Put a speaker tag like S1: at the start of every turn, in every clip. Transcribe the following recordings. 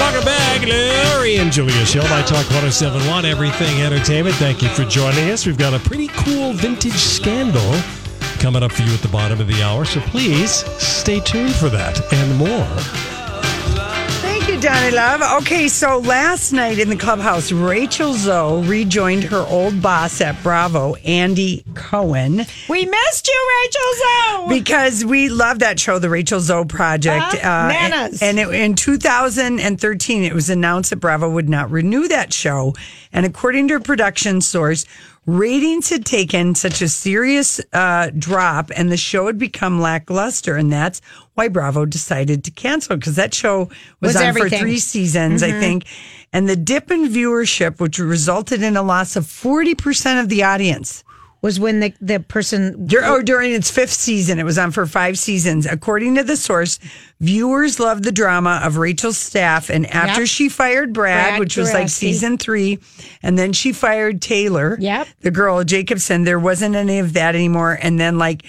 S1: Welcome back, Larry and Julia Show by Talk 1071 Everything Entertainment. Thank you for joining us. We've got a pretty cool vintage scandal coming up for you at the bottom of the hour, so please stay tuned for that and more.
S2: Thank you, Donnie Love. Okay, so last night in the clubhouse, Rachel Zoe rejoined her old boss at Bravo, Andy Cohen,
S3: We missed you, Rachel Zoe.
S2: because we love that show, The Rachel Zoe Project.
S3: Uh, bananas.
S2: And it, in 2013, it was announced that Bravo would not renew that show. And according to a production source, ratings had taken such a serious uh, drop and the show had become lackluster. And that's why Bravo decided to cancel because that show was,
S3: Was
S2: on for
S3: everything. Mm-hmm.
S2: three seasons, I think. And the dip in viewership, which resulted in a loss of 40% of the audience.
S3: was when the, the person
S2: Dur- oh, during its fifth season, it was on for five seasons. According to the source, viewers loved the drama of Rachel's staff, and after
S3: Yep.
S2: she fired Brad,
S3: Brad
S2: which was like
S3: Goreski.
S2: season three, and then she fired Taylor,
S3: Yep.
S2: the girl Jacobson. There wasn't any of that anymore. And then, like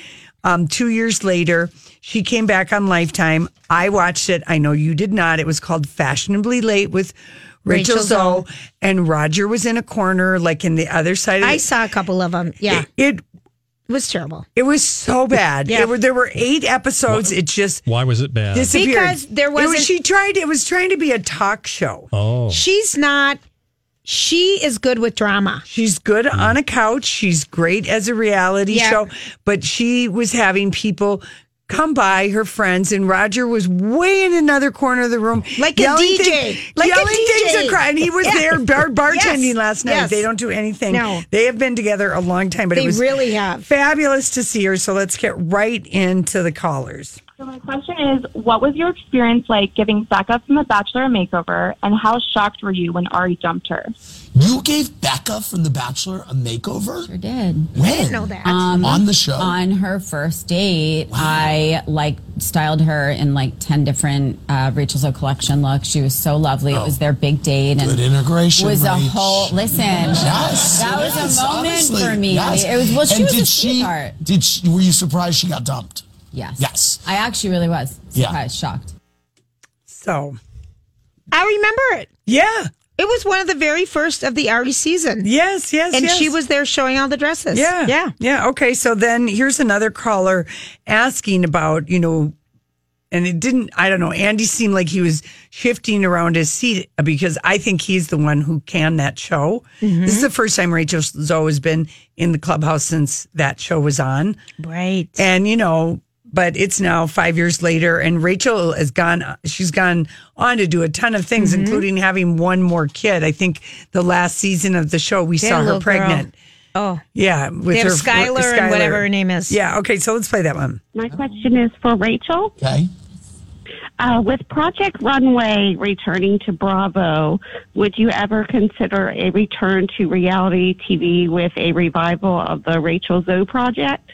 S2: um, two years later, she came back on Lifetime. I watched it. I know you did not. It was called Fashionably Late with. Rachel,
S3: Rachel
S2: Zoe and Roger was in a corner, like in the other side. Of
S3: I
S2: the-
S3: saw a couple of them. Yeah, it,
S2: it
S3: was terrible
S2: it was so bad.
S3: Yeah.
S2: It were, there were eight episodes. It just
S1: Why was it bad?
S2: disappeared.
S3: Because there
S2: It was-
S3: wasn't-
S2: she tried. It was trying to be a talk show.
S1: oh,
S3: She's not. She is good with drama.
S2: She's good on a couch. She's great as a reality
S3: Yeah.
S2: show. But she was having people come by her friends, and Roger was way in another corner of the room,
S3: Like a
S2: yelling
S3: DJ.
S2: thing-
S3: Like a
S2: yelling
S3: DJ.
S2: things across. And he was
S3: Yeah.
S2: there bar- bartending
S3: Yes.
S2: last night.
S3: Yes.
S2: They don't do anything.
S3: No.
S2: they have been together a long time, but it
S3: They
S2: was
S3: really have.
S2: fabulous to see her. So let's get right into the callers.
S4: So my question is, what was your experience like giving Becca from The Bachelor a makeover, and how shocked were you when Ari dumped her?
S5: You gave Becca from The Bachelor a makeover? Sure
S6: did.
S5: When?
S3: know that.
S6: Um,
S5: on the show?
S6: On her first date, I like styled her in like 10 different uh, Rachel's O collection looks. She was so lovely. It was their big date and
S5: Oh. Good integration
S6: was a
S5: rates.
S6: whole listen.
S5: Yes,
S6: That
S5: it
S6: was a
S5: is,
S6: moment
S5: honestly.
S6: for me.
S5: Yes.
S6: It was well she
S5: and
S6: was
S5: did
S6: a
S5: she,
S6: sweetheart.
S5: Did she? Were you surprised she got dumped?
S6: Yes.
S5: Yes.
S6: I actually really was
S5: Yeah.
S6: surprised, shocked.
S2: So
S3: I remember it.
S2: yeah,
S3: It was one of the very first of the Ari season,
S2: yes, yes,
S3: and
S2: yes.
S3: she was there showing all the dresses.
S2: yeah,
S3: yeah.
S2: yeah. Okay, so then here's another caller asking about you know, and it didn't. I don't know. Andy seemed like he was shifting around his seat because I think he's the one who canned that show. This
S3: Mm-hmm.
S2: is the first time Rachel Zoe has been in the clubhouse since that show was on.
S3: Right.
S2: And you know, but it's now five years later, and Rachel has gone. She's gone on to do a ton of things,
S3: Mm-hmm.
S2: including having one more kid. I think the last season of the show we
S3: had a
S2: saw her
S3: little girl.
S2: pregnant.
S3: Oh.
S2: yeah, with
S3: They have
S2: her
S3: Skylar and whatever her name is.
S2: Yeah. Okay, so let's play that one.
S7: My question is for Rachel.
S5: Okay.
S7: Uh, with Project Runway returning to Bravo, would you ever consider a return to reality TV with a revival of the Rachel Zoe project?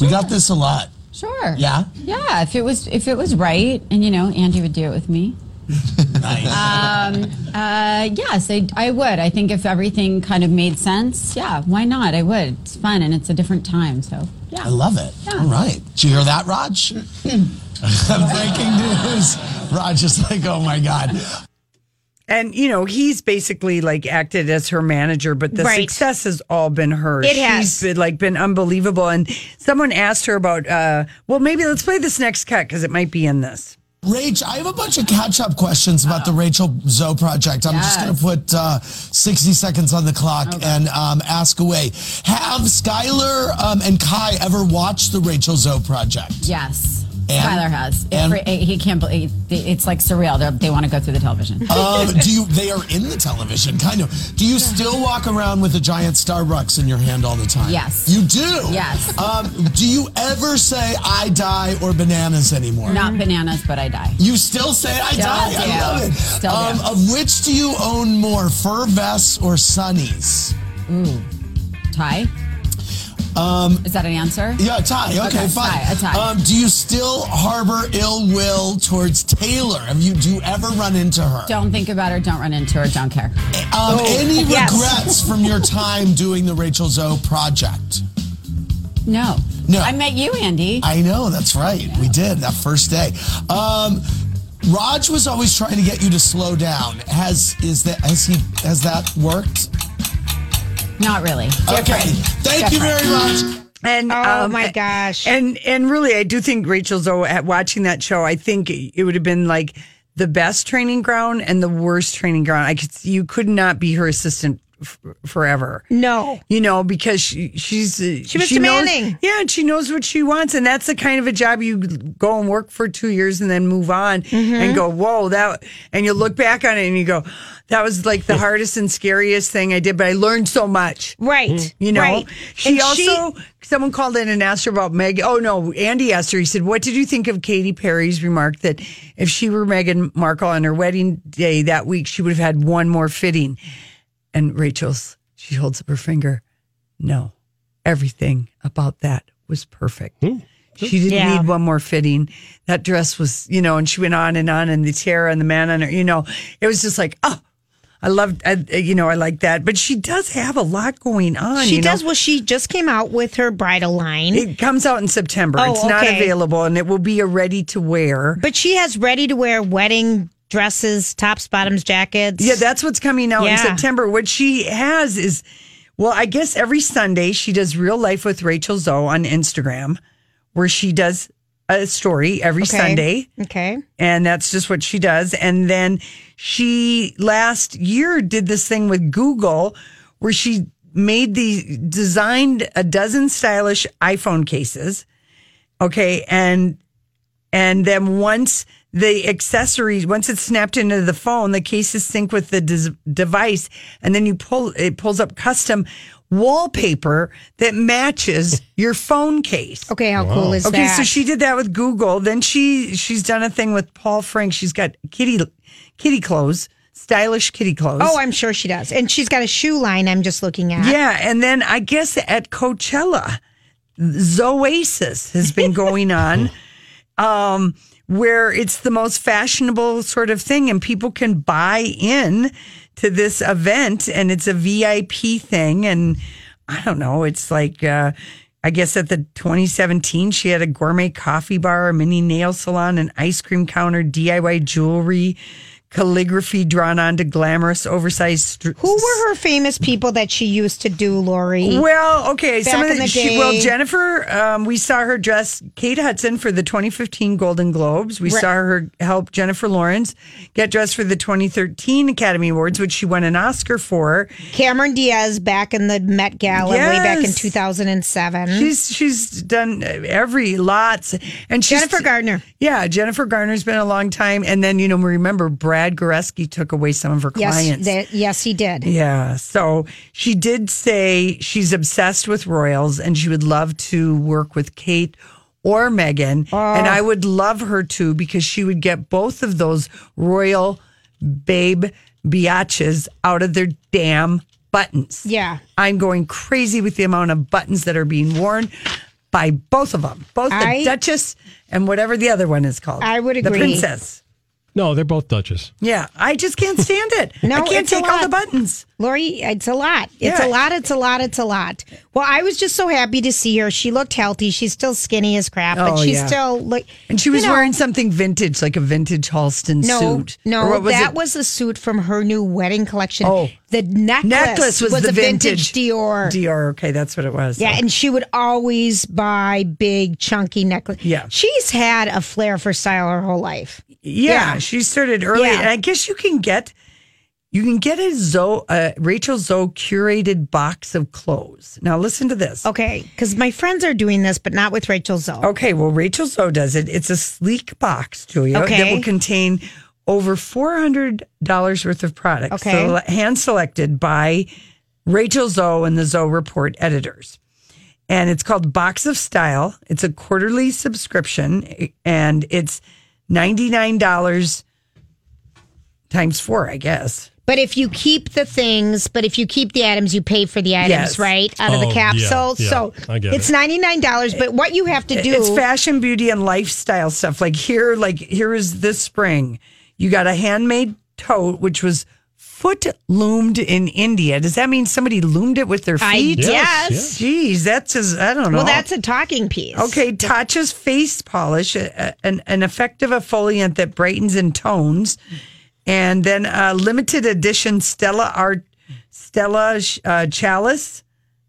S5: We got this a lot.
S6: Sure.
S5: Yeah.
S6: Yeah. If it was if it was right and you know, Andy would do it with me.
S5: Nice.
S6: Uh, yes, I, I would. I think if everything kind of made sense, yeah, why not? I would. It's fun and it's a different time, so yeah.
S5: I love it.
S6: Yeah.
S5: All right. Did you hear that, Raj? Breaking news. Raj is like, oh my God.
S2: And you know, he's basically like acted as her manager, but the
S3: Right.
S2: success has all been hers.
S3: It has.
S2: She's been like been unbelievable. And someone asked her about. uh Well, maybe let's play this next cut because it might be in this.
S5: Rach, I have a bunch of catch up questions about the Rachel Zoe project. I'm just going to put uh, 60 seconds on the clock and um, ask away. Have Skylar um, and Kai ever watched the Rachel Zoe project?
S6: Yes. Tyler has. It-
S5: and-
S6: he can't believe it's like surreal. They're, they want to go through the television.
S5: Um, do you? They are in the television, kind of. Do you still walk around with a giant Starbucks in your hand all the time?
S6: Yes.
S5: You do.
S6: Yes.
S5: Um, do you ever say "I die" or "bananas" anymore?
S6: Not bananas, but I die.
S5: You still say "I
S6: Still
S5: die."
S6: do.
S5: I love it.
S6: Still do.
S5: um, Of which do you own more, fur vests or sunnies?
S6: Ty? Um, Is that an answer?
S5: Yeah, tie. Okay,
S6: Okay,
S5: fine.
S6: tie, a tie.
S5: Um, do you still harbor ill will towards Taylor? Have you? Do you ever run into her?
S6: Don't Oh, think about her. Don't run into her. Don't care.
S5: Um, any
S3: yes.
S5: regrets from your time doing the Rachel Zoe project?
S6: No.
S5: No.
S6: I met you, Andy.
S5: I know, that's right. We did that first day. Um, Raj was always trying to get you to slow down. Has is that has he has that worked?
S6: Not really.
S5: Okay. Thank you very much.
S2: And
S3: Oh
S2: um,
S3: my gosh.
S2: And and really, I do think Rachel's oh, at watching that show. I think it would have been like the best training ground and the worst training ground. I could you could not be her assistant f- forever.
S3: No.
S2: You know, because she, she's uh,
S3: She was
S2: knows-
S3: demanding.
S2: yeah, and she knows what she wants, and that's the kind of a job you go and work for two years and then move on
S3: Mm-hmm.
S2: and go, whoa, that. And you look back on it and you go, that was like the hardest and scariest thing I did, but I learned so much.
S3: Right.
S2: Mm, You know,
S3: Right.
S2: she
S3: And
S2: also someone called in and asked her about Meg. Oh no, Andy asked her. He said, "What did you think of Katy Perry's remark that if she were Meghan Markle on her wedding day that week, she would have had one more fitting?" And Rachel's, she holds up her finger. No, everything about that was perfect. She didn't
S3: Yeah.
S2: need one more fitting. That dress was, you know, and she went on and on, and the tiara and the man on her, you know, it was just like, oh, I loved, I, you know, I like that. But she does have a lot going on. you
S3: She
S2: know?
S3: does. Well, she just came out with her bridal line.
S2: It comes out in September.
S3: Oh,
S2: it's not
S3: okay.
S2: available, and it will be a ready to wear.
S3: But she has ready to wear wedding dresses, tops, bottoms, jackets.
S2: Yeah, that's what's coming out in
S3: Yeah.
S2: September. What she has is, well, I guess every Sunday she does Real Life with Rachel Zoe on Instagram, where she does a story every
S3: Okay.
S2: Sunday.
S3: Okay.
S2: And that's just what she does. And then she last year did this thing with Google where she made the designed a dozen stylish iPhone cases. Okay. And, and then once the accessories, once it's snapped into the phone, the cases sync with the des- device. And then you pull, it pulls up custom wallpaper that matches your phone case.
S3: Okay. How cool is
S2: Okay,
S3: that?
S2: so she did that with Google. Then she she's done a thing with Paul Frank. She's got kitty kitty clothes, stylish kitty clothes.
S3: Oh, I'm sure she does. And she's got a shoe line I'm just looking at.
S2: yeah, and then I guess at Coachella, Zoasis has been going on, um, where it's the most fashionable sort of thing, and people can buy in to this event, and it's a VIP thing, and I don't know, it's like. Uh, I guess at the 2017, she had a gourmet coffee bar, a mini nail salon, an ice cream counter, DIY jewelry, calligraphy drawn onto glamorous, oversized. St-
S3: Who were her famous people that she used to do, Lori?
S2: well, okay. Some of
S3: Back in
S2: the,
S3: the
S2: she,
S3: day.
S2: well, Jennifer, um, we saw her dress Kate Hudson for the 2015 Golden Globes. We saw her help Jennifer Lawrence get dressed for the 2013 Academy Awards, which she won an Oscar for.
S3: Cameron Diaz back in the Met Gala way back in
S2: Yes.
S3: 2007.
S2: She's she's done every lots and she's,
S3: Jennifer Gardner.
S2: Yeah, Jennifer Garner's been a long time, and then you know remember Brad Goreski took away some of her
S3: Yes,
S2: clients.
S3: that, yes, he did.
S2: Yeah. So she did say she's obsessed with royals and she would love to work with Kate or Megan. And
S3: Ah.
S2: I would love her to because she would get both of those royal babe biatches out of their damn buttons.
S3: Yeah.
S2: I'm going crazy with the amount of buttons that are being worn by both of them, both the
S3: I-
S2: Duchess and whatever the other one is called.
S3: I would agree.
S2: The Princess.
S1: No, they're both Duchess.
S2: Yeah. I just can't stand it.
S3: No,
S2: I can't
S3: it's a
S2: take all the
S3: lot.
S2: buttons.
S3: Lori, it's a lot. It's
S2: Yeah.
S3: a lot. It's a lot. It's a lot. Well, I was just so happy to see her. She looked healthy. She's still skinny as crap, but
S2: Oh,
S3: she's
S2: yeah.
S3: still like.
S2: And she
S3: you
S2: was
S3: know,
S2: wearing something vintage, like a vintage Halston
S3: no,
S2: suit.
S3: No,
S2: Or what was
S3: that
S2: it?
S3: was a suit from her new wedding collection.
S2: Oh.
S3: the necklace,
S2: necklace was, the
S3: a
S2: vintage,
S3: vintage, Dior.
S2: Dior, okay, that's what it was.
S3: Yeah, and she would always buy big chunky necklace.
S2: Yeah.
S3: she's had a flair for style her whole life.
S2: yeah,
S3: yeah.
S2: she started early,
S3: Yeah.
S2: and I guess you can get You can get a Zoe, uh, Rachel Zoe curated box of clothes. Now, listen to this.
S3: Okay, because my friends are doing this, but not with Rachel Zoe.
S2: Okay, well, Rachel Zoe does it. It's a sleek box, Julia, that
S3: Okay.
S2: will contain over $400 worth of products.
S3: Okay.
S2: So hand selected by Rachel Zoe and the Zoe Report editors. And it's called Box of Style. It's a quarterly subscription eh, and it's $99 times four, I guess.
S3: But if you keep the things, but if you keep the items, you pay for the items,
S2: Yes.
S3: right? Out of
S1: Oh,
S3: the
S1: yeah,
S3: capsule.
S1: yeah.
S3: So
S1: I get
S3: it's
S1: it.
S3: $99. But what you have to do.
S2: It's fashion, beauty, and lifestyle stuff. Like here, like here is this spring. You got a handmade tote, which was foot loomed in India. Does that mean somebody loomed it with their
S3: I
S2: feet?
S3: guess.
S1: Yes,
S2: Jeez, that's just I don't know.
S3: Well, that's a talking piece.
S2: Okay, Tatcha's face polish, a- a- an, an effective exfoliant that brightens and tones, and then a limited edition Stella Art Stella uh, chalice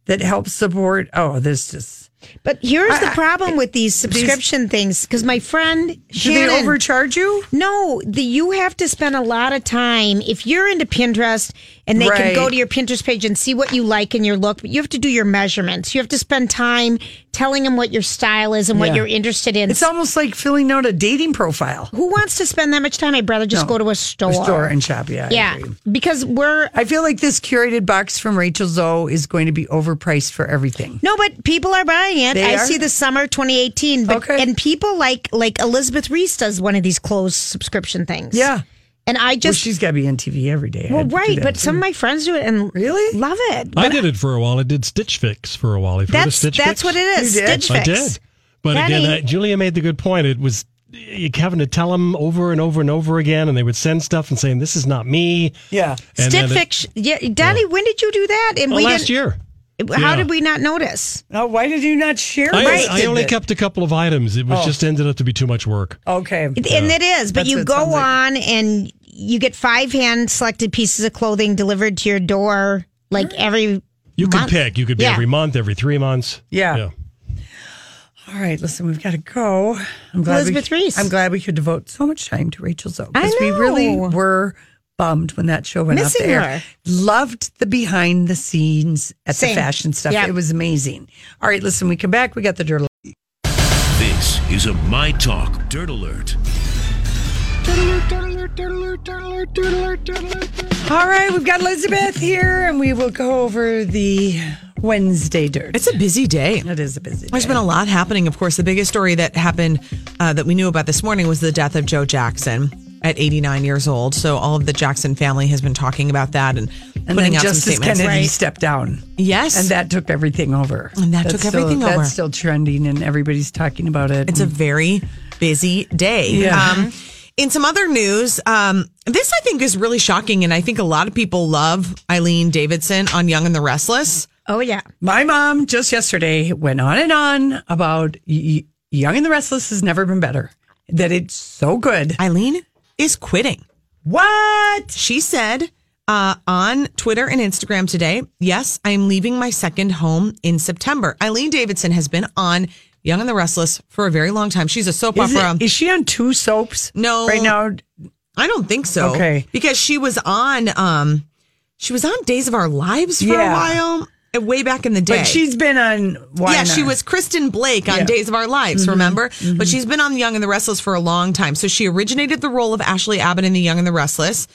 S2: that helps support. Oh, this just
S3: But here's the problem with these subscription things because my friend
S2: do
S3: Shannon.
S2: they overcharge you?
S3: No, the, you have to spend a lot of time if you're into Pinterest and they
S2: Right.
S3: can go to your Pinterest page and see what you like in your look, but you have to do your measurements. You have to spend time telling them what your style is and
S2: Yeah.
S3: what you're interested in.
S2: It's almost like filling out a dating profile.
S3: Who wants to spend that much time? I'd rather just
S2: No.
S3: go to a store.
S2: Or store and shop. Yeah. I
S3: yeah,
S2: agree.
S3: because we're
S2: I feel like this curated box from Rachel Zoe is going to be overpriced for everything.
S3: no, but people are buying it.
S2: They
S3: I
S2: are?
S3: see the summer 2018, but,
S2: Okay.
S3: and people like like Elizabeth Reese does one of these closed subscription things.
S2: Yeah.
S3: and I
S2: Well,
S3: just
S2: she's got to be in TV every day.
S3: well,
S2: I'd do
S3: right,
S2: that
S3: but
S2: too.
S3: some of my friends do it and
S2: Really?
S3: love it.
S1: I did it for a while. I did Stitch Fix for a while. You've heard of
S3: That's
S1: Stitch Fix?
S3: that's what it is.
S2: You did?
S3: Stitch
S1: I
S3: Fix.
S1: did. But again,
S3: Daddy.
S1: uh, Julia made the good point. It was you having to tell them over and over and over again, and they would send stuff and saying, "This is not me."
S2: yeah.
S1: And
S3: Stitch
S1: then it-
S3: Fix. Yeah, Daddy, when did you do that? And
S1: Oh,
S3: we
S1: last
S3: didn't-
S1: year.
S3: How
S1: yeah.
S3: did we not notice?
S2: Oh, why did you not share?
S1: I,
S2: Right. Oh.
S1: I only kept a couple of items. It was just ended up to be too much work.
S2: Okay.
S3: And it is, but
S2: That's what
S3: you
S2: it
S3: go
S2: sounds like.
S3: on and you get five hand selected pieces of clothing delivered to your door, like every.
S1: You could
S3: month.
S1: pick. You could be
S3: Yeah.
S1: every month, every three months.
S2: Yeah. All right. Listen, we've got to go. I'm glad
S3: Elizabeth
S2: we,
S3: Reese.
S2: I'm glad we could devote so much time to Rachel Zoe
S3: I
S2: because we really
S3: know.
S2: were bummed when that show went off
S3: Missing
S2: the air.
S3: her.
S2: Loved the behind the scenes at the
S3: Same.
S2: fashion stuff.
S3: Yep.
S2: It was amazing. All right. Listen, we come back. We got the dirt.
S8: This is a My Talk Dirt Alert.
S2: All right, we've got Elizabeth here, and we will go over the Wednesday dirt.
S9: It's a busy day.
S2: It is a busy. Day.
S9: There's been a lot happening. Of course, the biggest story that happened uh, that we knew about this morning was the death of Joe Jackson at 89 years old. So all of the Jackson family has been talking about that and,
S2: and
S9: putting
S2: then
S9: out some
S2: Justice
S9: statements.
S2: Kennedy stepped down,
S9: Yes,
S2: and that took everything over.
S9: And that took
S2: still,
S9: everything over.
S2: That's still trending, and everybody's talking about it.
S9: it's a very busy day.
S2: Yeah.
S9: Um, in some other news, um, this I think is really shocking, and I think a lot of people love Eileen Davidson on Young and the Restless.
S3: Oh yeah,
S2: My mom just yesterday went on and on about y- y- Young and the Restless has never been better. That it's so good.
S9: Eileen is quitting.
S2: What?
S9: She said uh, on Twitter and Instagram today, yes, I am leaving my second home in September. Eileen Davidson has been on Young and the Restless for a very long time. She's a soap
S2: Is, it-
S9: opera.
S2: is she on two soaps?
S9: No.
S2: Right now,
S9: I don't think so.
S2: Okay.
S9: Because she was on um she was on Days of Our Lives for
S2: Yeah.
S9: a while. uh, Way back in the day.
S2: but she's been on. Why
S9: yeah, she
S2: Not?
S9: was Kristen Blake on Days of Our Lives,
S2: Mm-hmm.
S9: remember? But she's been on Young and the Restless for a long time. So she originated the role of Ashley Abbott in The Young and the Restless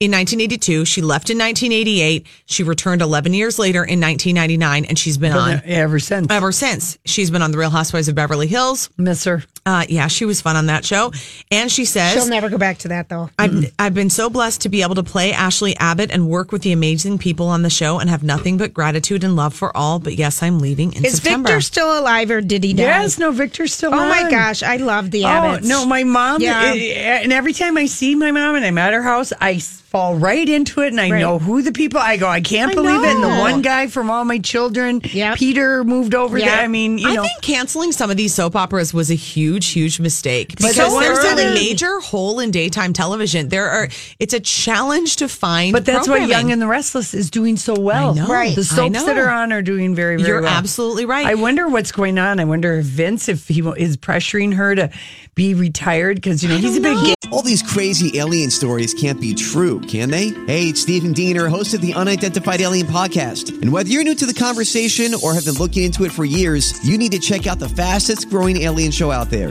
S9: in 1982. She left in 1988. She returned 11 years later in 1999, and she's been on
S2: ever since.
S9: ever since. She's been on The Real Housewives of Beverly Hills.
S2: Miss her.
S9: Uh, yeah, she was fun on that show. And she says,
S3: she'll never go back to that though.
S9: I've, I've been so blessed to be able to play Ashley Abbott and work with the amazing people on the show and have nothing but gratitude and love for all. But yes, I'm leaving in
S3: Is
S9: September.
S3: Victor still alive or did he die?
S2: Yes, no, Victor's still
S3: Oh my
S2: on.
S3: gosh, I love the
S2: Oh,
S3: Abbots.
S2: no, my mom.
S3: Yeah.
S2: it- and every time I see my mom and I'm at her house, I s- fall right into it and I
S3: Right.
S2: know who the people I go, I can't
S3: I
S2: believe it. And the
S3: know.
S2: one guy from all my children,
S3: Yep.
S2: Peter, moved over
S3: Yep.
S2: there. I mean, you know.
S9: I think canceling some of these soap operas was a huge huge, huge mistake.
S2: But
S9: Because
S2: so
S9: there's
S2: early.
S9: a major hole in daytime television. There are it's a challenge to find
S2: But that's why
S9: programming.
S2: Young and the Restless is doing so well.
S9: I know. Right.
S2: The
S9: I
S2: soaps
S9: know.
S2: that are on are doing very, very
S9: You're
S2: well.
S9: absolutely right.
S2: I wonder what's going on. I wonder if Vince, if he wa- is pressuring her to be retired because, you know, he's a big gay
S5: All these crazy alien stories can't be true, can they? Hey, it's Stephen Diener, host of the Unidentified Alien Podcast. And whether you're new to the conversation or have been looking into it for years, you need to check out the fastest growing alien show out there,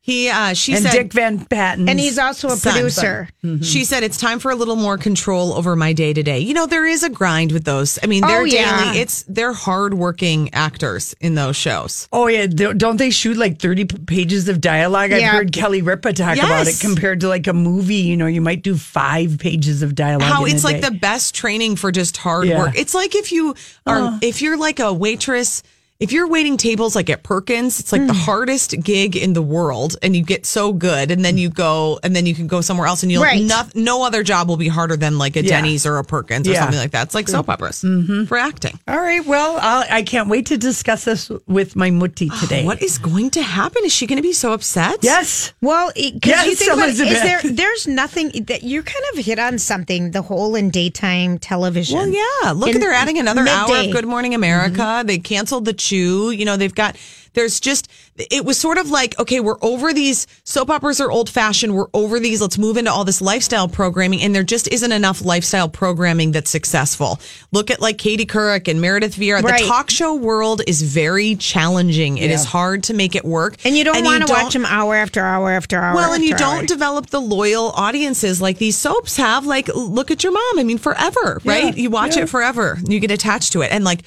S9: He, uh, she
S2: and
S9: said,
S2: Dick Van Patten.
S3: And he's also a
S9: son.
S3: producer.
S9: She said, "It's time for a little more control over my day to day. You know, there is a grind with those. I mean, they're
S3: Oh, yeah.
S9: daily. It's they're hardworking actors in those shows.
S2: Oh yeah, Th- don't they shoot like thirty p- pages of dialogue? I've
S9: Yeah.
S2: heard Kelly Ripa talk about it
S9: Yes.
S2: compared to like a movie. You know, you might do five pages of dialogue.
S9: How
S2: in
S9: it's
S2: a
S9: like
S2: day.
S9: the best training for just hard
S2: Yeah.
S9: work. It's like if you are, if you're like a waitress." If you're waiting tables like at Perkins, it's like
S2: Hmm.
S9: the hardest gig in the world, and you get so good, and then you go, and then you can go somewhere else, and you'll
S3: Right.
S9: no, no other job will be harder than like a
S2: Yeah.
S9: Denny's or a Perkins or
S2: Yeah.
S9: something like that. It's like soap operas
S2: Mhm.
S9: for acting.
S2: All right, well, I'll, I can't wait to discuss this with my mutti today.
S9: Ah, What is going to happen? Is she going to be so upset?
S2: Yes.
S3: Well, because
S2: Yes,
S3: you think about it, is there?
S2: Elizabeth.
S3: There's nothing that you're kind of hit on something. The whole in daytime television.
S9: Well, yeah. Look,
S3: In
S9: they're adding another hour
S3: midday. Mm-hmm.
S9: of Good Morning America. They canceled the Chew. You know, they've got. There's just. It was sort of like, okay, we're over these soap operas are old fashioned. We're over these. Let's move into all this lifestyle programming, and there just isn't enough lifestyle programming that's successful. Look at like Katie Couric and Meredith Vieira.
S3: Right.
S9: The talk show world is very challenging. It
S3: Yeah.
S9: is hard to make it work,
S3: And you don't want to
S9: don't-
S3: watch them hour after hour after hour.
S9: well, and you
S3: after hour.
S9: don't develop the loyal audiences like these soaps have. Like, look at your mom. I mean, forever,
S3: Yeah,
S9: right? You watch
S3: yeah.
S9: it forever. You get attached to it. And like,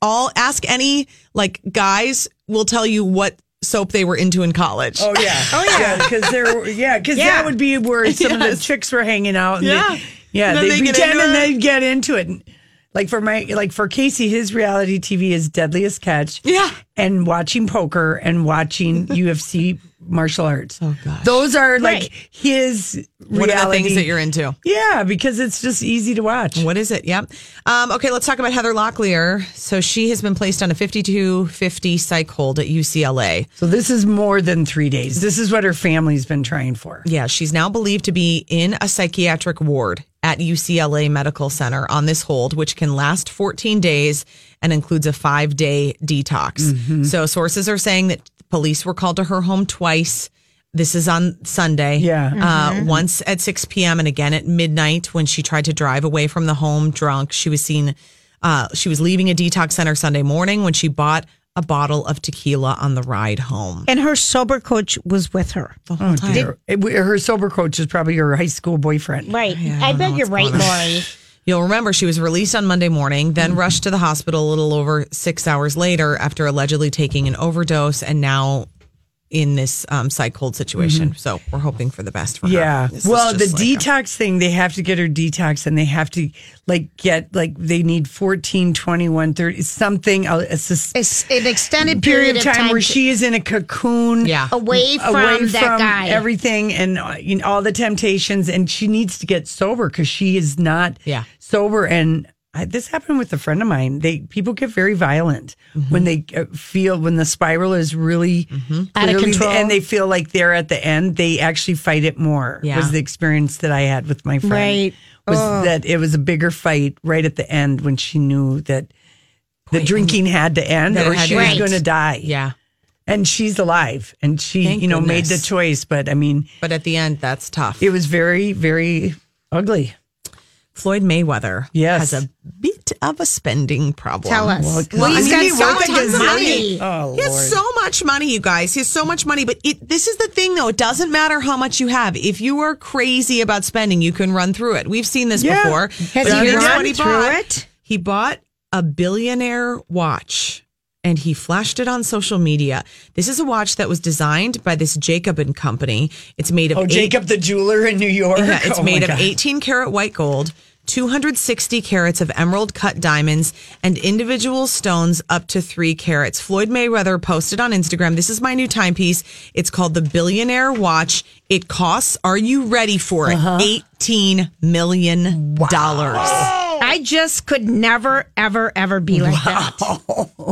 S9: all ask any like guys will tell you what soap they were into in college.
S2: Oh yeah, oh yeah, because there, yeah, because
S9: Yeah.
S2: that would be where some of
S9: Yes.
S2: the chicks were hanging out. And
S9: Yeah.
S2: they, yeah,
S9: And
S2: they
S9: then they get
S2: pretend
S9: into
S2: and
S9: it.
S2: they get into it. And, Like for my, like for Casey, his reality TV is Deadliest Catch.
S9: Yeah,
S2: and watching poker and watching UFC martial arts. Oh gosh, those are like
S9: Right.
S2: his reality.
S9: What are the things that you're into?
S2: Yeah, because it's just easy to watch.
S9: What is it? Yep. Um, okay, let's talk about Heather Locklear. So she has been placed on a 5250 psych hold at UCLA.
S2: So this is more than three days. This is what her family's been trying for.
S9: Yeah, she's now believed to be in a psychiatric ward at UCLA Medical Center on this hold, which can last 14 days and includes a five day detox. So sources are saying that police were called to her home twice. This is on Sunday.
S2: Yeah.
S9: Uh, once at 6 p.m. and again at midnight when she tried to drive away from the home drunk. She was seen, uh, she was leaving a detox center Sunday morning when she bought a bottle of tequila on the ride home.
S3: And her sober coach was with her.
S2: Oh dear. It- her sober coach is probably her high school boyfriend.
S3: Right. I, bet you're right, Lori.
S9: You'll remember she was released on Monday morning,
S2: Mm-hmm.
S9: then rushed to the hospital a little over six hours later after allegedly taking an overdose and now in this um, psych hold situation. So we're hoping for the best for her.
S2: Mm-hmm. Yeah.
S9: This is
S2: Well, the
S9: just like a-
S2: detox thing, they have to get her detox and they have to like get like they need 14, 21, 30, something a, a sus-
S3: It's an extended period, of time,
S2: where
S3: to-
S2: she is in a cocoon
S9: Yeah.
S3: Away from that guy.
S2: everything and uh, you know, all the temptations and she needs to get sober cuz she is not
S9: Yeah.
S2: sober and I, this happened with a friend of mine. They people get very violent when they uh, feel when the spiral is really
S3: Out of
S2: clearly-
S3: control.
S2: and they feel like they're at the end. They actually fight it more.
S9: Yeah.
S2: Was the experience that I had with my friend
S3: Right.
S2: was
S3: Oh.
S2: that it was a bigger fight right at the end when she knew that the drinking had to end
S9: That it
S2: or
S9: had
S2: she
S9: to
S2: was
S9: end.
S2: going to die.
S9: Yeah.
S2: And she's alive and she,
S9: Thank
S2: you know, made the
S9: goodness.
S2: choice. But I mean,
S9: But at the end, that's tough.
S2: it was very, very ugly.
S9: Floyd Mayweather
S2: yes.
S9: has a bit of a spending problem.
S3: Tell us. Well, Well, he's
S9: I
S3: got
S9: mean,
S3: so
S9: worth
S3: much
S9: a
S3: money.
S2: Oh,
S9: he
S2: Lord.
S9: has so much money, you guys. He has so much money. But it, this is the thing, though. It doesn't matter how much you have. If you are crazy about spending, you can run through it. We've seen this
S3: Yeah.
S9: before.
S3: Has
S9: But
S3: he
S9: here's
S3: run
S9: what
S3: through
S9: bought.
S3: it?
S9: He bought a billionaire watch and he flashed it on social media. This is a watch that was designed by this Jacob and Company. It's made of
S2: Oh,
S9: eight-
S2: Jacob the jeweler in New York.
S9: yeah, it's
S2: Oh, my
S9: made of
S2: God.
S9: 18 karat white gold, 260 carats of emerald cut diamonds, and individual stones up to three carats. Floyd Mayweather posted on Instagram, This is my new timepiece. It's called the Billionaire Watch. It costs, are you ready for it?
S2: Uh-huh.
S9: $18 million.
S3: I just could never, ever, ever be like that.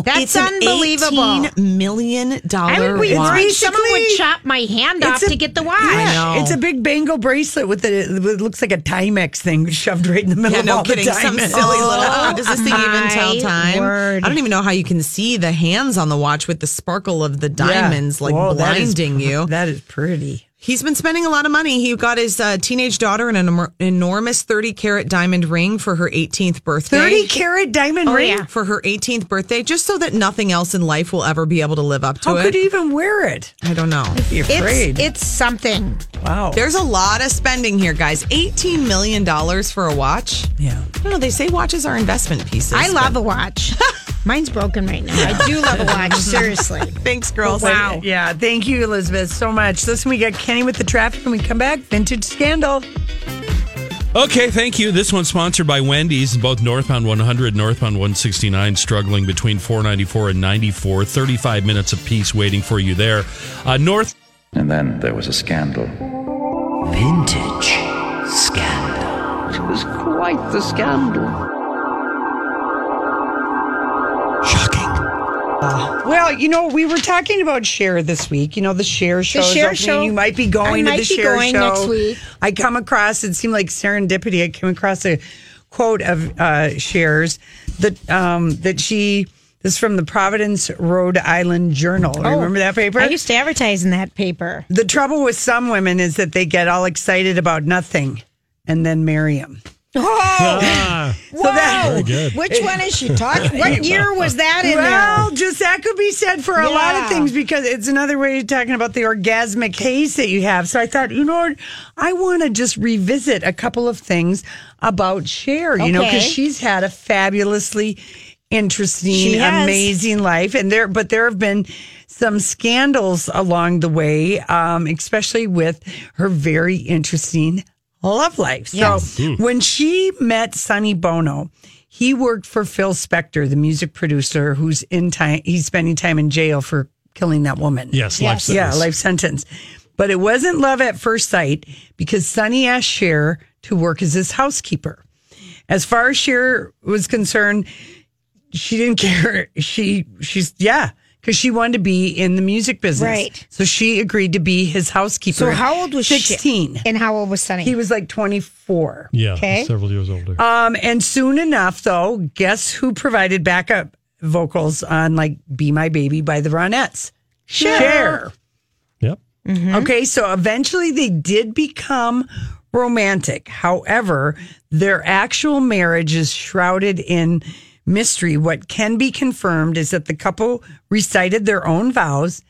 S3: That's
S9: It's an
S3: unbelievable.
S9: $18 million dollar
S3: I would be
S9: watch.
S3: worried someone would chop my hand off
S2: It's a-
S3: to get the watch.
S2: Yeah, it's a big bangle bracelet with a it looks like a Timex thing shoved right in the middle
S9: Yeah,
S2: of
S9: no
S2: all
S9: kidding.
S2: the
S9: Some
S2: diamonds.
S9: silly little. Oh, does this thing even tell
S3: my
S9: time?
S3: word.
S9: I don't even know how you can see the hands on the watch with the sparkle of the diamonds, like
S2: Whoa, that is
S9: blinding
S2: pr-
S9: you.
S2: That is pretty.
S9: He's been spending a lot of money. He got his uh, teenage daughter an enor- enormous 30 carat diamond ring for her 18th birthday.
S2: 30 carat diamond
S9: Oh,
S2: ring?
S9: yeah. For her 18th birthday, just so that nothing else in life will ever be able to live up to
S2: How
S9: it.
S2: could he even wear it?
S9: I don't know.
S2: Be afraid.
S3: It's, it's something.
S2: wow.
S9: There's a lot of spending here, guys. $18 million for a watch.
S2: yeah.
S9: I don't know. They say watches are investment pieces.
S3: I
S9: but-
S3: love a watch. Mine's broken right now. I do love a watch. Seriously.
S9: Thanks, girls.
S3: Wow.
S2: Yeah. Thank you, Elizabeth, so much. Listen, we got Kenny with the traffic when we come back. Vintage scandal.
S10: Okay, thank you. This one's sponsored by Wendy's. Both northbound 100, northbound 169, struggling between 494 and 94. 35 minutes apiece waiting for you there. Uh, north.
S11: And then there was a scandal.
S12: Vintage scandal.
S11: It was quite the scandal.
S2: Well, you know, we were talking about share this week. You know, the share show.
S3: Cher show.
S2: You might be
S3: I
S2: going
S3: might
S2: to the
S3: be
S2: share
S3: going
S2: show
S3: next week.
S2: I come across. It seemed like serendipity. I came across a quote of uh, shares that um, that she. This is from the Providence, Rhode Island Journal. Remember that paper?
S3: I used to advertise in that paper.
S2: The trouble with some women is that they get all excited about nothing and then marry him.
S1: Ah,
S2: So that- Very
S3: Whoa!
S2: good.
S3: Which one is she talking? What year was that in
S2: well,
S3: there?
S2: just that could be said for a lot of
S3: Yeah.
S2: things because it's another way of talking about the orgasmic haze that you have. So I thought, you know what? I want to just revisit a couple of things about Cher, you know, because
S3: Okay.
S2: she's had a fabulously
S3: She
S2: interesting,
S3: has.
S2: amazing life. And there, but there have been some scandals along the way, um, especially with her very interesting love life. So
S3: Yes.
S2: when she met Sonny Bono, he worked for Phil Spector, the music producer who's in time, he's spending time in jail for killing that woman.
S1: Yes, life Yes. sentence.
S2: Yeah, life sentence. But it wasn't love at first sight because Sonny asked Cher to work as his housekeeper. As far as Cher was concerned, she didn't care. She she's yeah, because she wanted to be in the music business.
S3: Right.
S2: So she agreed to be his housekeeper.
S3: So how old was she?
S2: Sixteen.
S3: And how old was Sunny?
S2: He was like twenty four.
S1: yeah,
S3: Okay.
S1: several years older.
S2: Um, and soon enough, though, guess who provided backup vocals on like "Be My Baby" by the Ronettes? Cher.
S1: Yep.
S2: Okay, so eventually they did become romantic. However, their actual marriage is shrouded in mystery. What can be confirmed is that the couple recited their own vows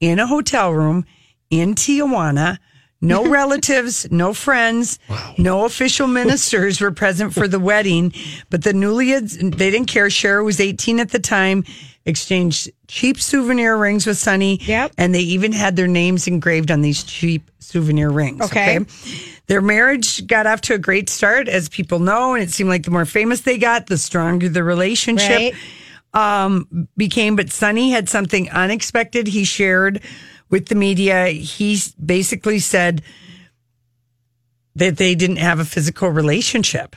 S2: in a hotel room in Tijuana. No relatives, no friends, no official ministers were present for the wedding, but the newlyweds, they didn't care. Cher was 18 at the time, exchanged cheap souvenir rings with Sonny. Yep. And they even had their names engraved on these cheap souvenir rings.
S3: Okay.
S2: Their marriage got off to a great start, as people know, and it seemed like the more famous they got, the stronger the relationship
S3: Right.
S2: um, became, but Sonny had something unexpected he shared with the media. He s- basically said that they didn't have a physical relationship.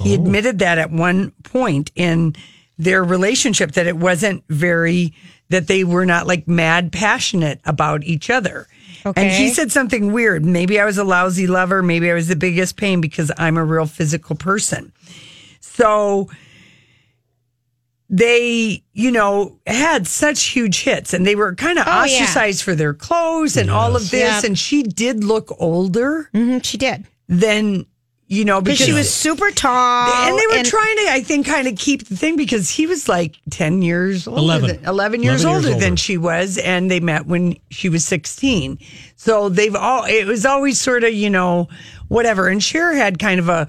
S2: He admitted that at one point in their relationship that it wasn't very, that they were not like mad passionate about each other. And he
S3: Okay.
S2: said something weird. Maybe I was a lousy lover. Maybe I was the biggest pain because I'm a real physical person. So, they, you know, had such huge hits and they were kind of
S3: Oh, yeah.
S2: ostracized for their clothes and all of this.
S3: Yep.
S2: And she did look older
S3: Mhm, she Mm-hmm, did.
S2: than, you know,
S3: because she was super tall,
S2: and they were trying to, I think, kind of keep the thing because he was like ten years older,
S1: 11.
S2: than, eleven
S1: 11 years
S2: years older than
S1: older.
S2: she was, and they met when she was sixteen. So they've all it was always sort of you know whatever. And Cher had kind of a.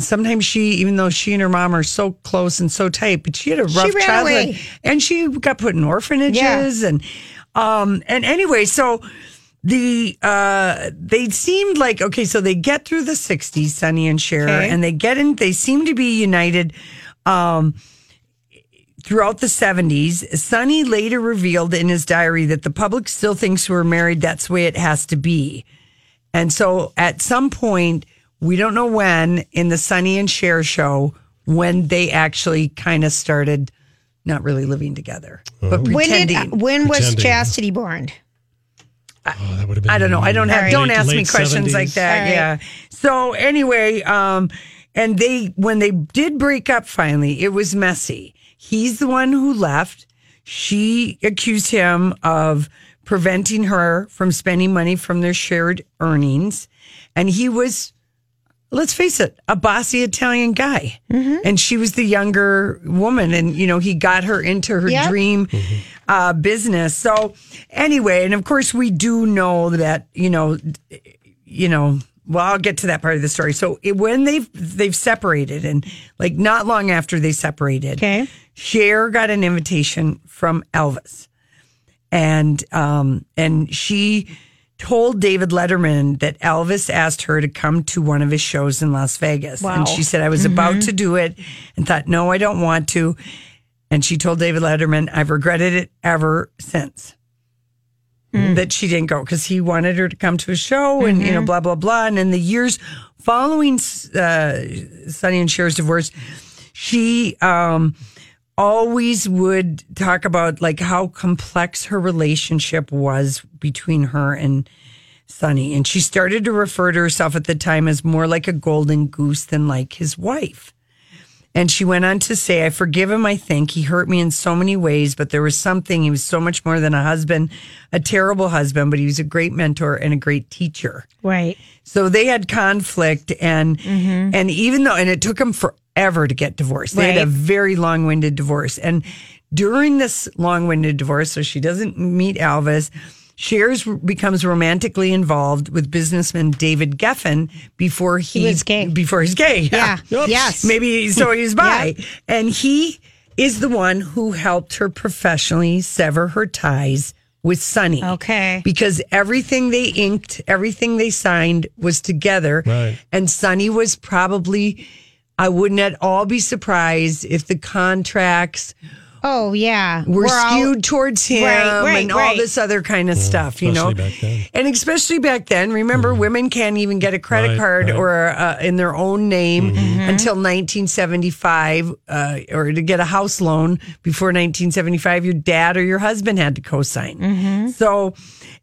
S2: Sometimes she, even though she and her mom are so close and so tight, but she had a rough
S3: She ran
S2: childhood,
S3: away.
S2: and she got put in orphanages, and um, and anyway, so the uh they seemed like okay so they get through the 60s Sonny and Cher
S3: Okay.
S2: and they get in they seem to be united um throughout the 70s Sonny later revealed in his diary that the public still thinks we're married that's the way it has to be and so at some point we don't know when in the Sonny and Cher show when they actually kind of started not really living together but
S3: when did
S2: pretending
S3: when was
S2: Pretending.
S3: Chastity born?
S2: I don't know. I don't have.
S3: All
S2: Don't
S3: right.
S2: ask me
S3: Late
S2: questions
S3: 70s.
S2: like that.
S3: All right.
S2: Yeah. So anyway, um, and they when they did break up finally, it was messy. He's the one who left. She accused him of preventing her from spending money from their shared earnings, and he was. Let's face it, a bossy Italian guy. And she was the younger woman. And, you know, he got her into her
S3: Yep.
S2: dream uh, business. So, anyway, and of course, we do know that, you know, you know, well, I'll get to that part of the story. So it, when they've they've separated, and like not long after they separated, okay, Cher got an invitation from Elvis, and um and she told David Letterman that Elvis asked her to come to one of his shows in Las Vegas,
S3: Wow.
S2: and she said I was about to do it, and thought no, I don't want to, and she told David Letterman I've regretted it ever since that she didn't go because he wanted her to come to a show and you know blah blah blah and in the years following uh, Sonny and Cher's divorce she um always would talk about like how complex her relationship was between her and Sonny and she started to refer to herself at the time as more like a golden goose than like his wife and she went on to say, I forgive him, I think. He hurt me in so many ways, but there was something. He was so much more than a husband, a terrible husband, but he was a great mentor and a great teacher.
S3: Right.
S2: So they had conflict and
S3: Mm-hmm.
S2: and even though and it took them forever to get divorced. They had a
S3: Right.
S2: very long-winded divorce. And during this long-winded divorce, so she doesn't meet Alvis, Shears becomes romantically involved with businessman David Geffen before he,
S3: was gay.
S2: before he's gay.
S3: Yeah. Yes.
S2: Maybe so he's bi. And he is the one who helped her professionally sever her ties with Sonny.
S3: Okay.
S2: Because everything they inked, everything they signed was together.
S1: Right.
S2: And Sonny was probably, I wouldn't at all be surprised if the contracts
S3: Oh yeah.
S2: were,
S3: all-
S2: skewed towards him
S3: Right, right,
S2: and all
S3: right.
S2: this other kind of stuff, you know?
S1: especially back then.
S2: And especially back then, remember, women can't even get a credit
S1: Mm-hmm. Right,
S2: card
S1: right. Mm-hmm.
S2: or uh, in their own name until 1975, uh, or to get a house loan before 1975, your dad or your husband had to co-sign.
S1: Mm-hmm.
S2: So,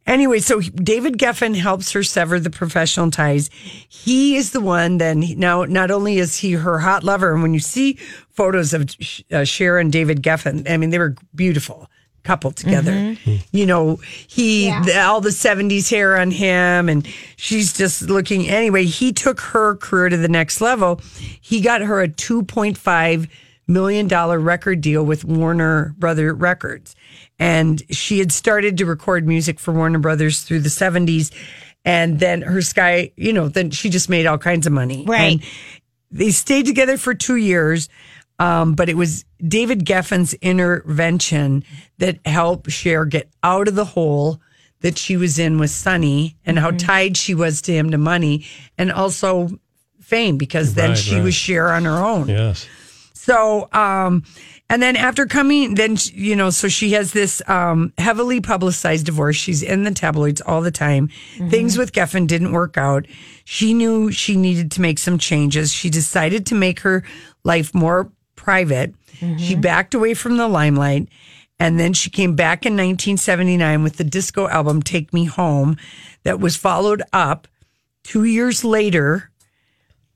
S2: anyway, so he- David Geffen helps her sever the professional ties. He is the one. Then now, not only is he her hot lover, and when you see photos of Sh- uh, Cher and David Geffen, I mean, they were beautiful couple together. You know, he the, all the 70s hair on him and she's just looking anyway, he took her career to the next level. He got her a 2.5 million dollar record deal with Warner Brother Records. And she had started to record music for Warner Brothers through the 70s and then her sky, you know, then she just made all kinds of money.
S3: Right.
S2: And they stayed together for two years, um, but it was David Geffen's intervention that helped Cher get out of the hole that she was in with Sonny and how
S1: Mm-hmm.
S2: tied she was to him to money and also fame because then
S1: Right,
S2: she
S1: right.
S2: was Cher on her own.
S1: Yes.
S2: So, um, and then after coming, then, sh- you know, so she has this um, heavily publicized divorce. She's in the tabloids all the time. Things with Geffen didn't work out. She knew she needed to make some changes. She decided to make her life more private. She backed away from the limelight. And then she came back in 1979 with the disco album Take Me Home that was followed up two years later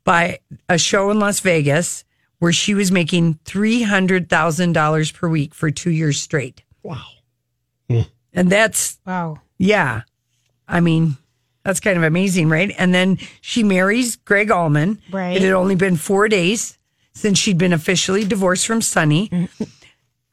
S2: by a show in Las Vegas where she was making $300,000 per week for two years straight.
S1: Wow.
S2: And that's,
S3: Wow.
S2: yeah. I mean, That's kind of amazing, right? And then she marries Greg Allman.
S3: Right.
S2: It had only been four days since she'd been officially divorced from Sonny.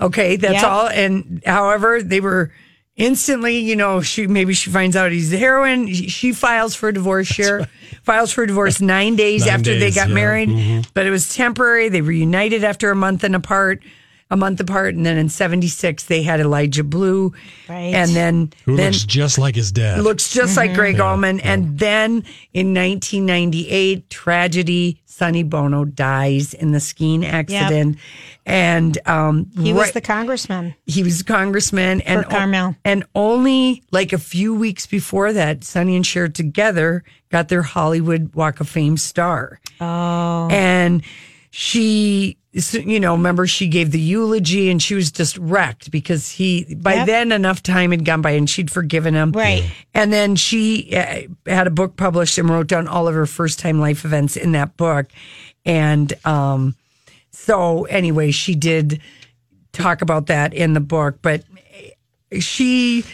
S2: Okay, that's
S3: Yeah.
S2: all. And however, they were instantly, you know, she maybe she finds out he's the heroin. She- She files for divorce here, files for divorce nine days
S1: Nine
S2: after they
S1: days,
S2: got
S1: yeah.
S2: married,
S1: Mhm.
S2: but it was temporary. They reunited after a month and apart, a month apart, and then in '76 they had Elijah Blue,
S3: right?
S2: And then
S1: Who
S2: then
S1: looks just like his dad.
S2: looks just like Greg Allman. And then in 1998, tragedy, Sonny Bono dies in the skiing accident. And um,
S3: he was
S2: right-
S3: the congressman.
S2: he was a congressman and
S3: For Carmel.
S2: and only like a few weeks before that, Sonny and Cher together got their Hollywood Walk of Fame star.
S3: Oh,
S2: And she, so, you know, remember she gave the eulogy and she was just wrecked because he, by
S3: Yep.
S2: then enough time had gone by and she'd forgiven him.
S3: right.
S2: And then she uh, had a book published and wrote down all of her first time life events in that book. And um, so, anyway, she did talk about that in the book, but she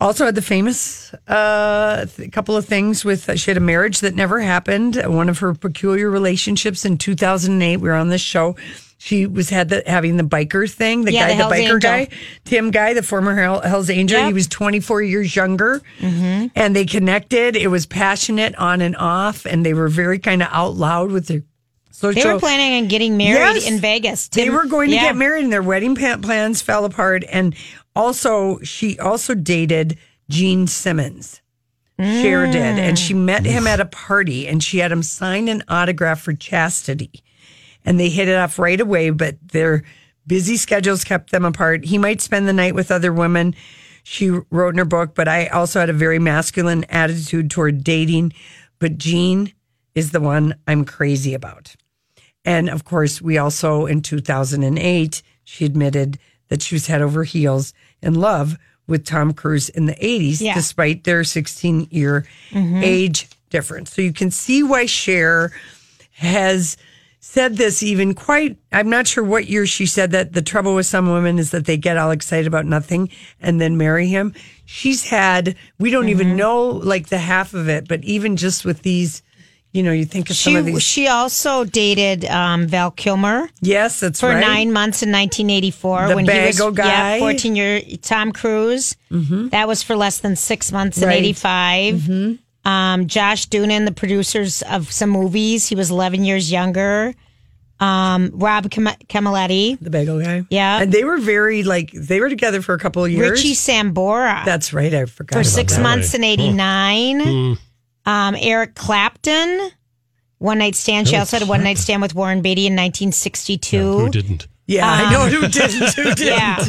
S2: also had the famous uh, th- couple of things with uh, she had a marriage that never happened uh, one of her peculiar relationships in 2008 we were on this show she was had the having the biker thing the
S3: Yeah,
S2: guy
S3: the
S2: the,
S3: Hell's
S2: biker
S3: Angel.
S2: guy tim guy the former Hell, hell's angel he
S3: Yep. Mm-hmm.
S2: was 24 years younger and they connected it was passionate on and off and they were very kind of out loud with their social
S3: They were planning on getting married
S2: Yes.
S3: in Vegas.
S2: they
S3: Tim-
S2: were going to
S3: yeah.
S2: get married and their wedding pa- plans fell apart and also she also dated gene simmons Cher did and she met him at a party and she had him sign an autograph for chastity and they hit it off right away but their busy schedules kept them apart he might spend the night with other women she wrote in her book but i also had a very masculine attitude toward dating but gene is the one i'm crazy about and of course, we also in 2008, she admitted that she was head over heels in love with Tom Cruise in the 80s,
S3: Yeah. Mm-hmm.
S2: despite their 16 year age difference. So you can see why Cher has said this even quite, I'm not sure what year she said that. The trouble with some women is that they get all excited about nothing and then marry him. She's had, we don't
S3: Mm-hmm.
S2: even know like the half of it, but even just with these, you know, you think of some of
S3: She
S2: these.
S3: she also dated um, Val Kilmer
S2: Yes, that's
S3: for
S2: right.
S3: nine months in 1984
S2: The
S3: when he
S2: bagel
S3: was yeah
S2: guy. Mm-hmm.
S3: 14 year Tom Cruise. That was for less than six months
S2: Right. Mm-hmm.
S3: in 85. Um, Josh Doonan, the producers of some movies, he was 11 years younger. Um, Rob Cam- Camaletti,
S2: the bagel guy.
S3: Yeah.
S2: and they were very like they were together for a couple of years.
S3: Richie Sambora
S2: that's right. Hmm. I forgot
S3: for
S2: about
S3: six
S2: that.
S3: months in 89. Um, Eric Clapton, one night stand. She
S1: Eric
S3: also had a one night stand with Warren Beatty in 1962.
S1: Who didn't?
S2: Yeah, I know
S3: Um,
S2: who didn't. Who didn't?
S3: Yeah.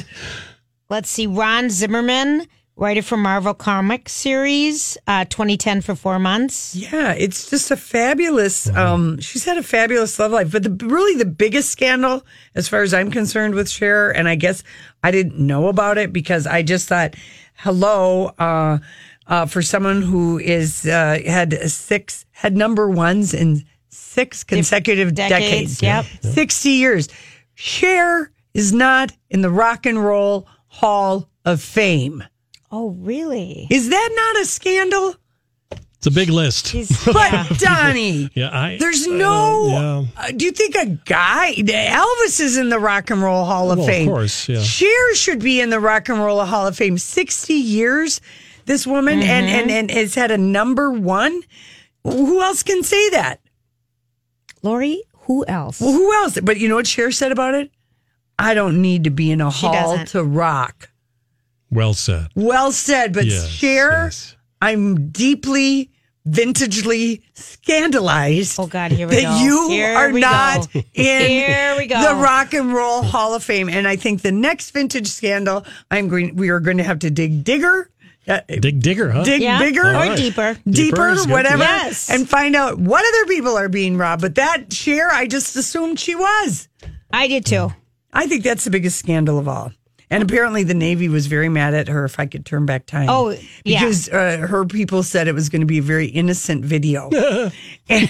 S3: Let's see. Ron Zimmerman, writer for Marvel Comics series, uh, 2010 for four months.
S2: Yeah, it's just a fabulous. Um, she's had a fabulous love life, but the really the biggest scandal, as far as I'm concerned, with Cher, and I guess I didn't know about it because I just thought, hello, uh, uh, for someone who is uh, had six had number ones in six consecutive
S3: decades,
S2: decades,
S3: yep.
S2: sixty years. Cher is not in the Rock and Roll Hall of Fame.
S3: Oh, really?
S2: Is that not a scandal?
S1: It's a big list.
S3: He's- yeah.
S2: But Donnie.
S1: Yeah, I.
S2: There's
S1: I
S2: no.
S1: don't- yeah.
S2: uh, do you think a guy? Elvis is in the Rock and Roll Hall of
S1: Well, of
S2: Fame.
S1: course, yeah.
S2: Cher should be in the Rock and Roll Hall of Fame. Sixty years, this woman, and,
S3: Mm-hmm.
S2: and and has had a number one. Who else can say that?
S3: Lori, who else?
S2: Well, who else? But you know what Cher said about it? I don't need to be in a
S3: She
S2: hall
S3: doesn't.
S2: to rock.
S1: Well said.
S2: Well said, but
S1: Yes,
S2: Cher,
S1: yes.
S2: I'm deeply, vintagely scandalized.
S3: Oh, God, here we go.
S2: that you
S3: Here
S2: are
S3: we
S2: not
S3: go.
S2: in
S3: Here we go.
S2: the Rock and Roll Hall of Fame. And I think the next vintage scandal, I'm going. We are going to have to dig digger, uh,
S1: Dig digger, huh?
S2: dig
S3: Yeah,
S2: bigger,
S3: or
S1: All right.
S3: deeper.
S2: deeper,
S1: is good.
S2: whatever,
S3: Yes.
S2: and find out what other people are being robbed. But that share, I just assumed she was.
S3: I did too.
S2: Hmm. I think that's the biggest scandal of all. And apparently, the Navy was very mad at her if I could turn back time.
S3: Oh, yeah.
S2: Because uh, her people said it was going to be a very innocent video. and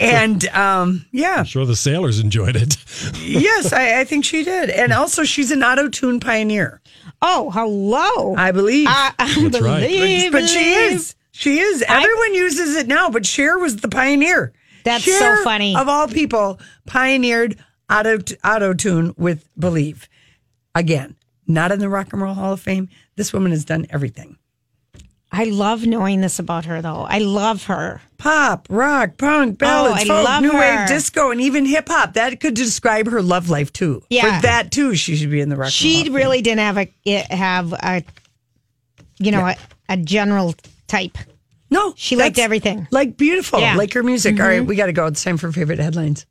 S2: and, um, yeah.
S1: sure the sailors enjoyed it.
S2: yes, I, I think she did. And also, she's an auto tune pioneer.
S3: Oh, hello.
S2: I believe.
S3: I, I
S1: That's right.
S3: believe.
S2: But she
S3: believe.
S2: is. She is. Everyone uses it now, but Cher was the pioneer.
S3: That's so
S2: Cher,
S3: funny.
S2: Of all people, pioneered auto auto tune with Believe. Again, not in the Rock and Roll Hall of Fame. This woman has done everything:
S3: I love knowing this about her, though. I love her.
S2: pop, rock, punk, ballads,
S3: Oh, I
S2: folk,
S3: love
S2: new
S3: her.
S2: wave, disco, and even hip hop. That could describe her love life too.
S3: Yeah.
S2: for that too, she should be in the Rock. and
S3: She
S2: Roll Hall of
S3: really didn't have a it- have a, you know, a, a general type.
S2: Fame. no.
S3: She liked
S2: that's-
S3: everything.
S2: Like beautiful,
S3: Yeah. Mm-hmm.
S2: like her music. All right, we got to go. It's time for favorite headlines.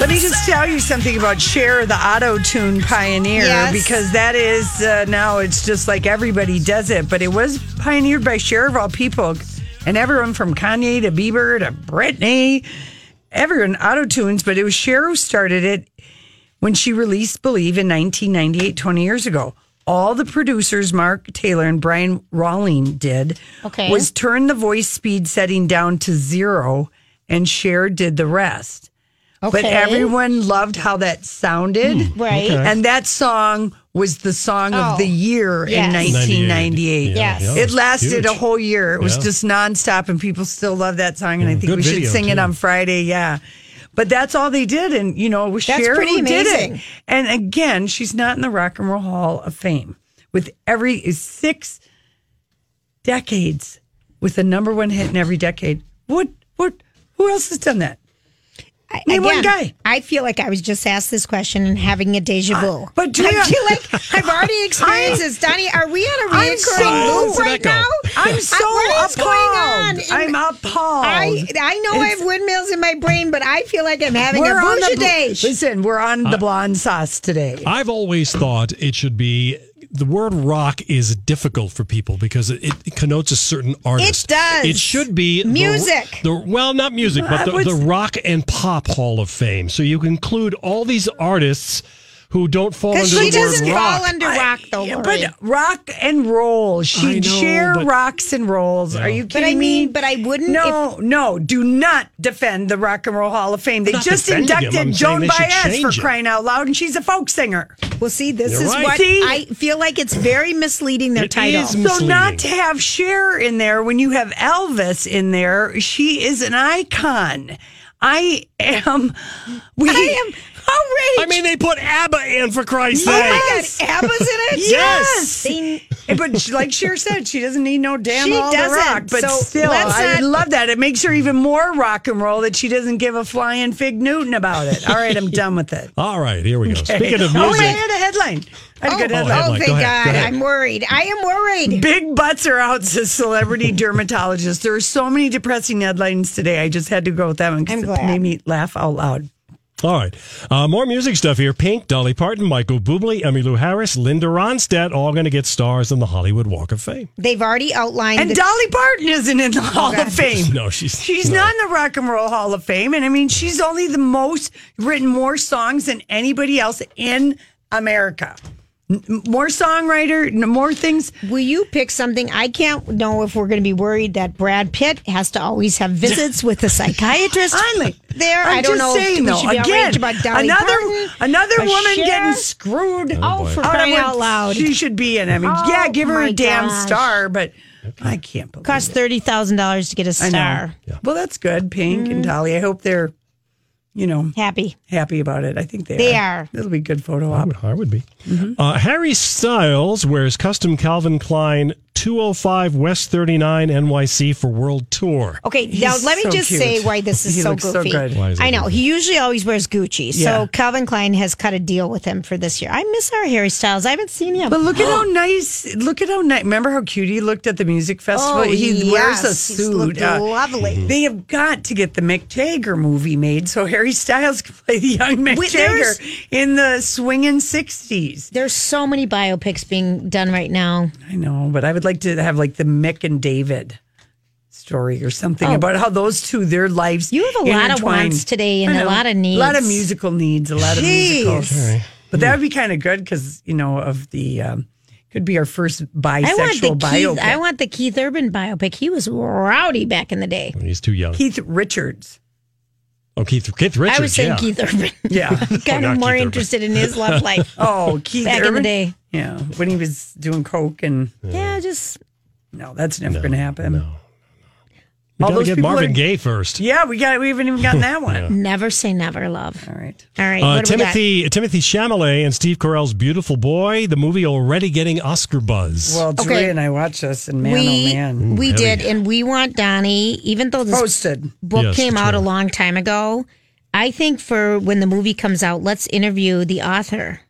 S2: Let me just tell you something about Cher, the auto tune pioneer,
S3: Yes.
S2: because that is uh, now it's just like everybody does it, but it was pioneered by Cher of all people, and everyone from Kanye to Bieber to Britney, everyone auto tunes, but it was Cher who started it when she released Believe in 1998, 20 years ago. All the producers, Mark Taylor and Brian Rawling, did
S3: Okay.
S2: was turn the voice speed setting down to zero, and Cher did the rest. But
S3: Okay. Hmm.
S2: everyone loved how that sounded.
S3: Right. okay.
S2: And that song was the song
S3: Oh,
S2: of the year in
S3: yes.
S2: 1998.
S3: Yeah, Yes. yeah, it
S2: It
S3: was
S2: lasted
S1: huge.
S2: a whole year. It was
S1: Yeah.
S2: just nonstop, and people still love that song. And I think
S1: good
S2: we should
S1: video,
S2: sing it
S1: too.
S2: on Friday. Yeah. But that's all they did. And, you know, it was
S3: That's
S2: Cher
S3: pretty
S2: who did
S3: amazing.
S2: it. And again, she's not in the Rock and Roll Hall of Fame with every is six decades with a number one hit in every decade. What, what, who else has done that?
S3: I,
S2: Name one guy.
S3: I feel like I was just asked this question and having a deja vu.
S2: but
S3: I
S2: Julia-
S3: feel like I've already experienced this. Donnie, are we on a
S2: I'm
S3: reoccurring
S2: so-
S3: loop right
S1: Echo.
S3: now?
S2: I'm so
S3: what is going on?
S2: appalled. I'm appalled.
S3: I, I know I have windmills in my brain, but I feel like I'm having a
S2: We're on
S3: bougie
S2: the
S3: day.
S2: listen. We're on the blonde sauce today.
S1: I've always thought it should be the word rock is difficult for people because it, it connotes a certain artist.
S3: does.
S1: It should be the-
S3: Music.
S1: The, well, not music, but the,
S2: I would-
S1: the rock and pop hall of fame. So you include all these artists who don't fall under
S3: Because
S1: the
S3: she
S1: word
S3: doesn't
S1: rock.
S3: fall under rock, though,
S2: Yeah,
S3: Lori.
S2: but rock and roll.
S1: I know,
S2: She share
S1: but-
S2: rocks and rolls. Are you
S3: But
S2: kidding
S3: I mean,
S2: me?
S3: but I wouldn't.
S2: no, no, do not defend the Rock and Roll Hall of Fame. They
S1: not
S2: just
S1: defending him.
S2: inducted
S1: I'm saying
S2: Joan
S1: they should
S2: Baez for
S1: change it.
S2: crying out loud, and she's a folk singer.
S3: If, well, see, this
S1: You're
S3: is
S1: right.
S3: what
S2: See?
S3: I feel like it's very misleading. Their
S1: It
S3: title.
S1: is
S2: So not
S1: misleading.
S2: to have Cher in there when you have Elvis in there, she is an icon. I am. We
S3: I am
S2: outraged.
S1: I mean, they put ABBA in for Christ's
S3: Oh
S1: sake.
S3: my God, ABBA's in it.
S2: Yes.
S3: They-
S2: but she- like Cher said, she doesn't need no damn
S3: She
S2: all the
S3: doesn't,
S2: rock. But
S3: so
S2: still,
S3: let's
S2: I
S3: not-
S2: love that. It makes her even more rock and roll that she doesn't give a flying fig Newton about it. All right, I'm done with it.
S1: All right, here we go. Speaking of music,
S2: Oh, wait, I had a headline. I had a good
S1: Oh,
S2: headline.
S3: Oh,
S1: Like,
S3: thank
S1: go
S3: God.
S1: ahead, go ahead.
S3: I'm worried. I am worried.
S2: Big butts are out, says celebrity dermatologist. There are so many depressing headlines today. I just had to go with that one
S3: I'm
S2: because it
S3: glad.
S2: made me laugh out loud.
S1: All right. Uh, more music stuff here. Pink, Dolly Parton, Michael Bublé, Emmylou Harris, Linda Ronstadt, all going to get stars on the Hollywood Walk of Fame.
S3: They've already outlined.
S2: And
S3: the-
S2: Dolly Parton isn't in the Hall
S3: God.
S2: of Fame.
S1: No, she's
S2: She's
S1: no.
S2: not in the Rock and Roll Hall of Fame. And I mean, she's only the most written more songs than anybody else in America. N- More songwriter, n- more things.
S3: Will you pick something? I can't know if we're going to be worried that Brad Pitt has to always have visits with a psychiatrist.
S2: Finally,
S3: there.
S2: I'm
S3: I do
S2: just
S3: not know.
S2: saying
S3: if we
S2: though,
S3: should be
S2: again,
S3: outraged about Dolly
S2: another
S3: Parton,
S2: another
S3: but
S2: woman
S3: Cher-
S2: getting screwed.
S3: Oh, for
S2: out of
S3: crying
S2: what
S3: out loud!
S2: She should be in. I mean,
S3: Oh,
S2: yeah, give her
S3: my
S2: a damn
S3: gosh.
S2: star, but I can't believe
S3: Costs thirty thousand dollars to get a
S2: I know.
S3: star. Mm-hmm.
S2: Well, that's good, Pink and Dolly. I hope they're, you know,
S3: Happy.
S2: happy about it. I think they,
S3: They are.
S2: It'll be a good photo op.
S1: I would be.
S3: Mm-hmm.
S1: Uh, Harry Styles wears custom Calvin Klein 205 West 39 NYC for World Tour.
S3: Okay, now let me
S2: so
S3: just
S2: cute.
S3: say why this is
S2: He
S3: so
S2: looks so
S3: goofy.
S2: good.
S1: Why is it
S3: I know he usually always wears Gucci,
S2: Yeah.
S3: so Calvin Klein has cut a deal with him for this year. I miss our Harry Styles. I haven't seen him.
S2: But look at how nice! Look at how nice! Remember how cute he looked at the music festival?
S3: Oh,
S2: he
S3: yes,
S2: wears a
S3: he's looked
S2: suit. Uh,
S3: lovely.
S2: They have got to get the Mick Jagger movie made so Harry Styles can play the young Mick
S3: Wait,
S2: Jagger
S3: there's-
S2: in the swinging sixties.
S3: There's so many biopics being done right now.
S2: I know, but I would like to have like the Mick and David story or something
S3: Oh.
S2: about how those two their lives.
S3: You have a lot of
S2: intertwined.
S3: wants today and
S2: I
S3: a
S2: know.
S3: lot of
S2: a lot of
S3: needs.
S2: musical needs, a lot of musicals.
S3: Jeez.
S2: But that would be kind of good because you know of the um, could be our first bisexual
S3: I want the
S2: biopic.
S3: Keith. I want the Keith Urban biopic. He was rowdy back in the day.
S1: He's too young.
S2: Keith Richards.
S1: Oh, Keith, Keith Richards.
S3: I was saying
S1: yeah.
S3: Keith Urban.
S2: Yeah,
S3: kind of more interested in his love life.
S2: Oh, Keith
S3: back in the
S2: Urban?
S3: day.
S2: Yeah, when he was doing coke and
S3: Yeah, just
S2: no, that's never going to happen.
S1: We
S2: All
S1: gotta
S2: those
S1: get
S2: people
S1: Marvin
S2: are-
S1: Gaye first.
S2: Yeah, we got. We haven't even gotten that one.
S3: never say never. Love.
S2: All right.
S3: All right.
S1: Uh,
S3: what do we got?
S1: Timothy Timothy Chalamet and Steve Carell's Beautiful Boy, the movie already getting Oscar buzz.
S2: Well, Julia
S3: Okay.
S2: and I watched this, and man,
S3: we
S2: oh man,
S3: we did, and we want Donnie. Even though
S2: Oh,
S3: this
S2: Posted.
S3: book
S2: Yes,
S3: came
S2: the
S3: out a
S2: trailer.
S3: long time ago, I think for when the movie comes out, let's interview the author.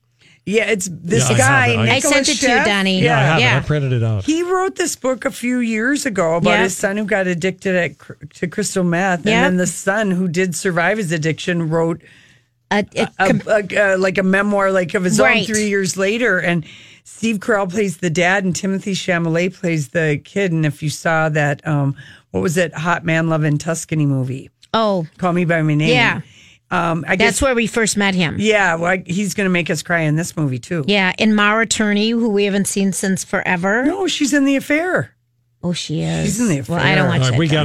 S2: Yeah, it's this
S1: Yeah, I
S2: guy.
S1: have it. I-
S3: I sent it to you,
S2: Nicolas Sheff?
S3: Donnie.
S1: yeah, I have
S3: Yeah.
S1: it. I printed it out.
S2: He wrote this book a few years ago about
S3: Yeah.
S2: his son who got addicted at, cr- to crystal meth,
S3: Yeah.
S2: and then the son who did survive his addiction wrote
S3: a,
S2: Uh, a- like a memoir like of his
S3: Right.
S2: own three years later. And Steve Carell plays the dad, and Timothy Chalamet plays the kid. And if you saw that, um, what was it, Hot Man Love in Tuscany movie?
S3: Oh,
S2: Call Me by My Name.
S3: Yeah.
S2: um, I
S3: That's
S2: guess.
S3: where we first met him.
S2: yeah, well, I- he's going to make us cry in this movie too.
S3: Yeah, and Mara Turney, who we haven't seen since forever.
S2: No, she's in the affair.
S3: Oh, she is.
S2: She's in The
S3: Well, I
S2: Affair.
S3: don't watch
S2: All right,
S3: that.
S2: we
S3: then.
S2: got